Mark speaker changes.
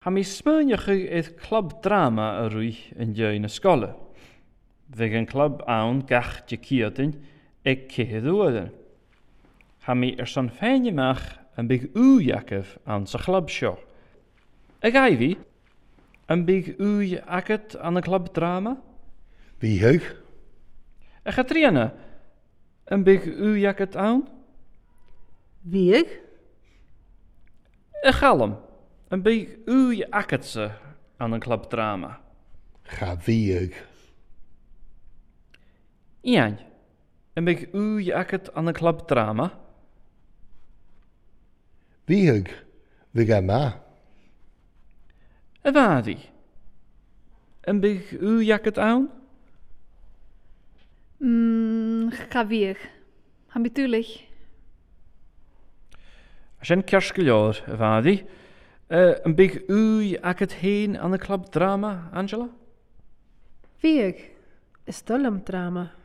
Speaker 1: Ha mí spúneocha iad club drama a ruúich an dé na scola. Bhíh an club ann gach de ciatain ag cihéadúan. Tá mí ar san féineach an big úheacah an sa club seo. Ag gahí an big úi agat an na club drama?
Speaker 2: Bhí heug?
Speaker 1: A cha tríana an big úheagat ann?
Speaker 3: Bhíag?
Speaker 1: A chalam an big úi agatsa an an club drama.
Speaker 2: Cha bhí heug.
Speaker 1: Ian, an big úi agat an na club drama?
Speaker 2: Bhí heug? Bhí ga má?
Speaker 1: A bhhadí. An big úheagat ann?
Speaker 3: Mm, ga bhíag. Ha mí túlich.
Speaker 1: A sin cearsca leir a bhhadí, an big úi agat héin an na club drama, Angela?
Speaker 3: Bhíag. Is dullam drama.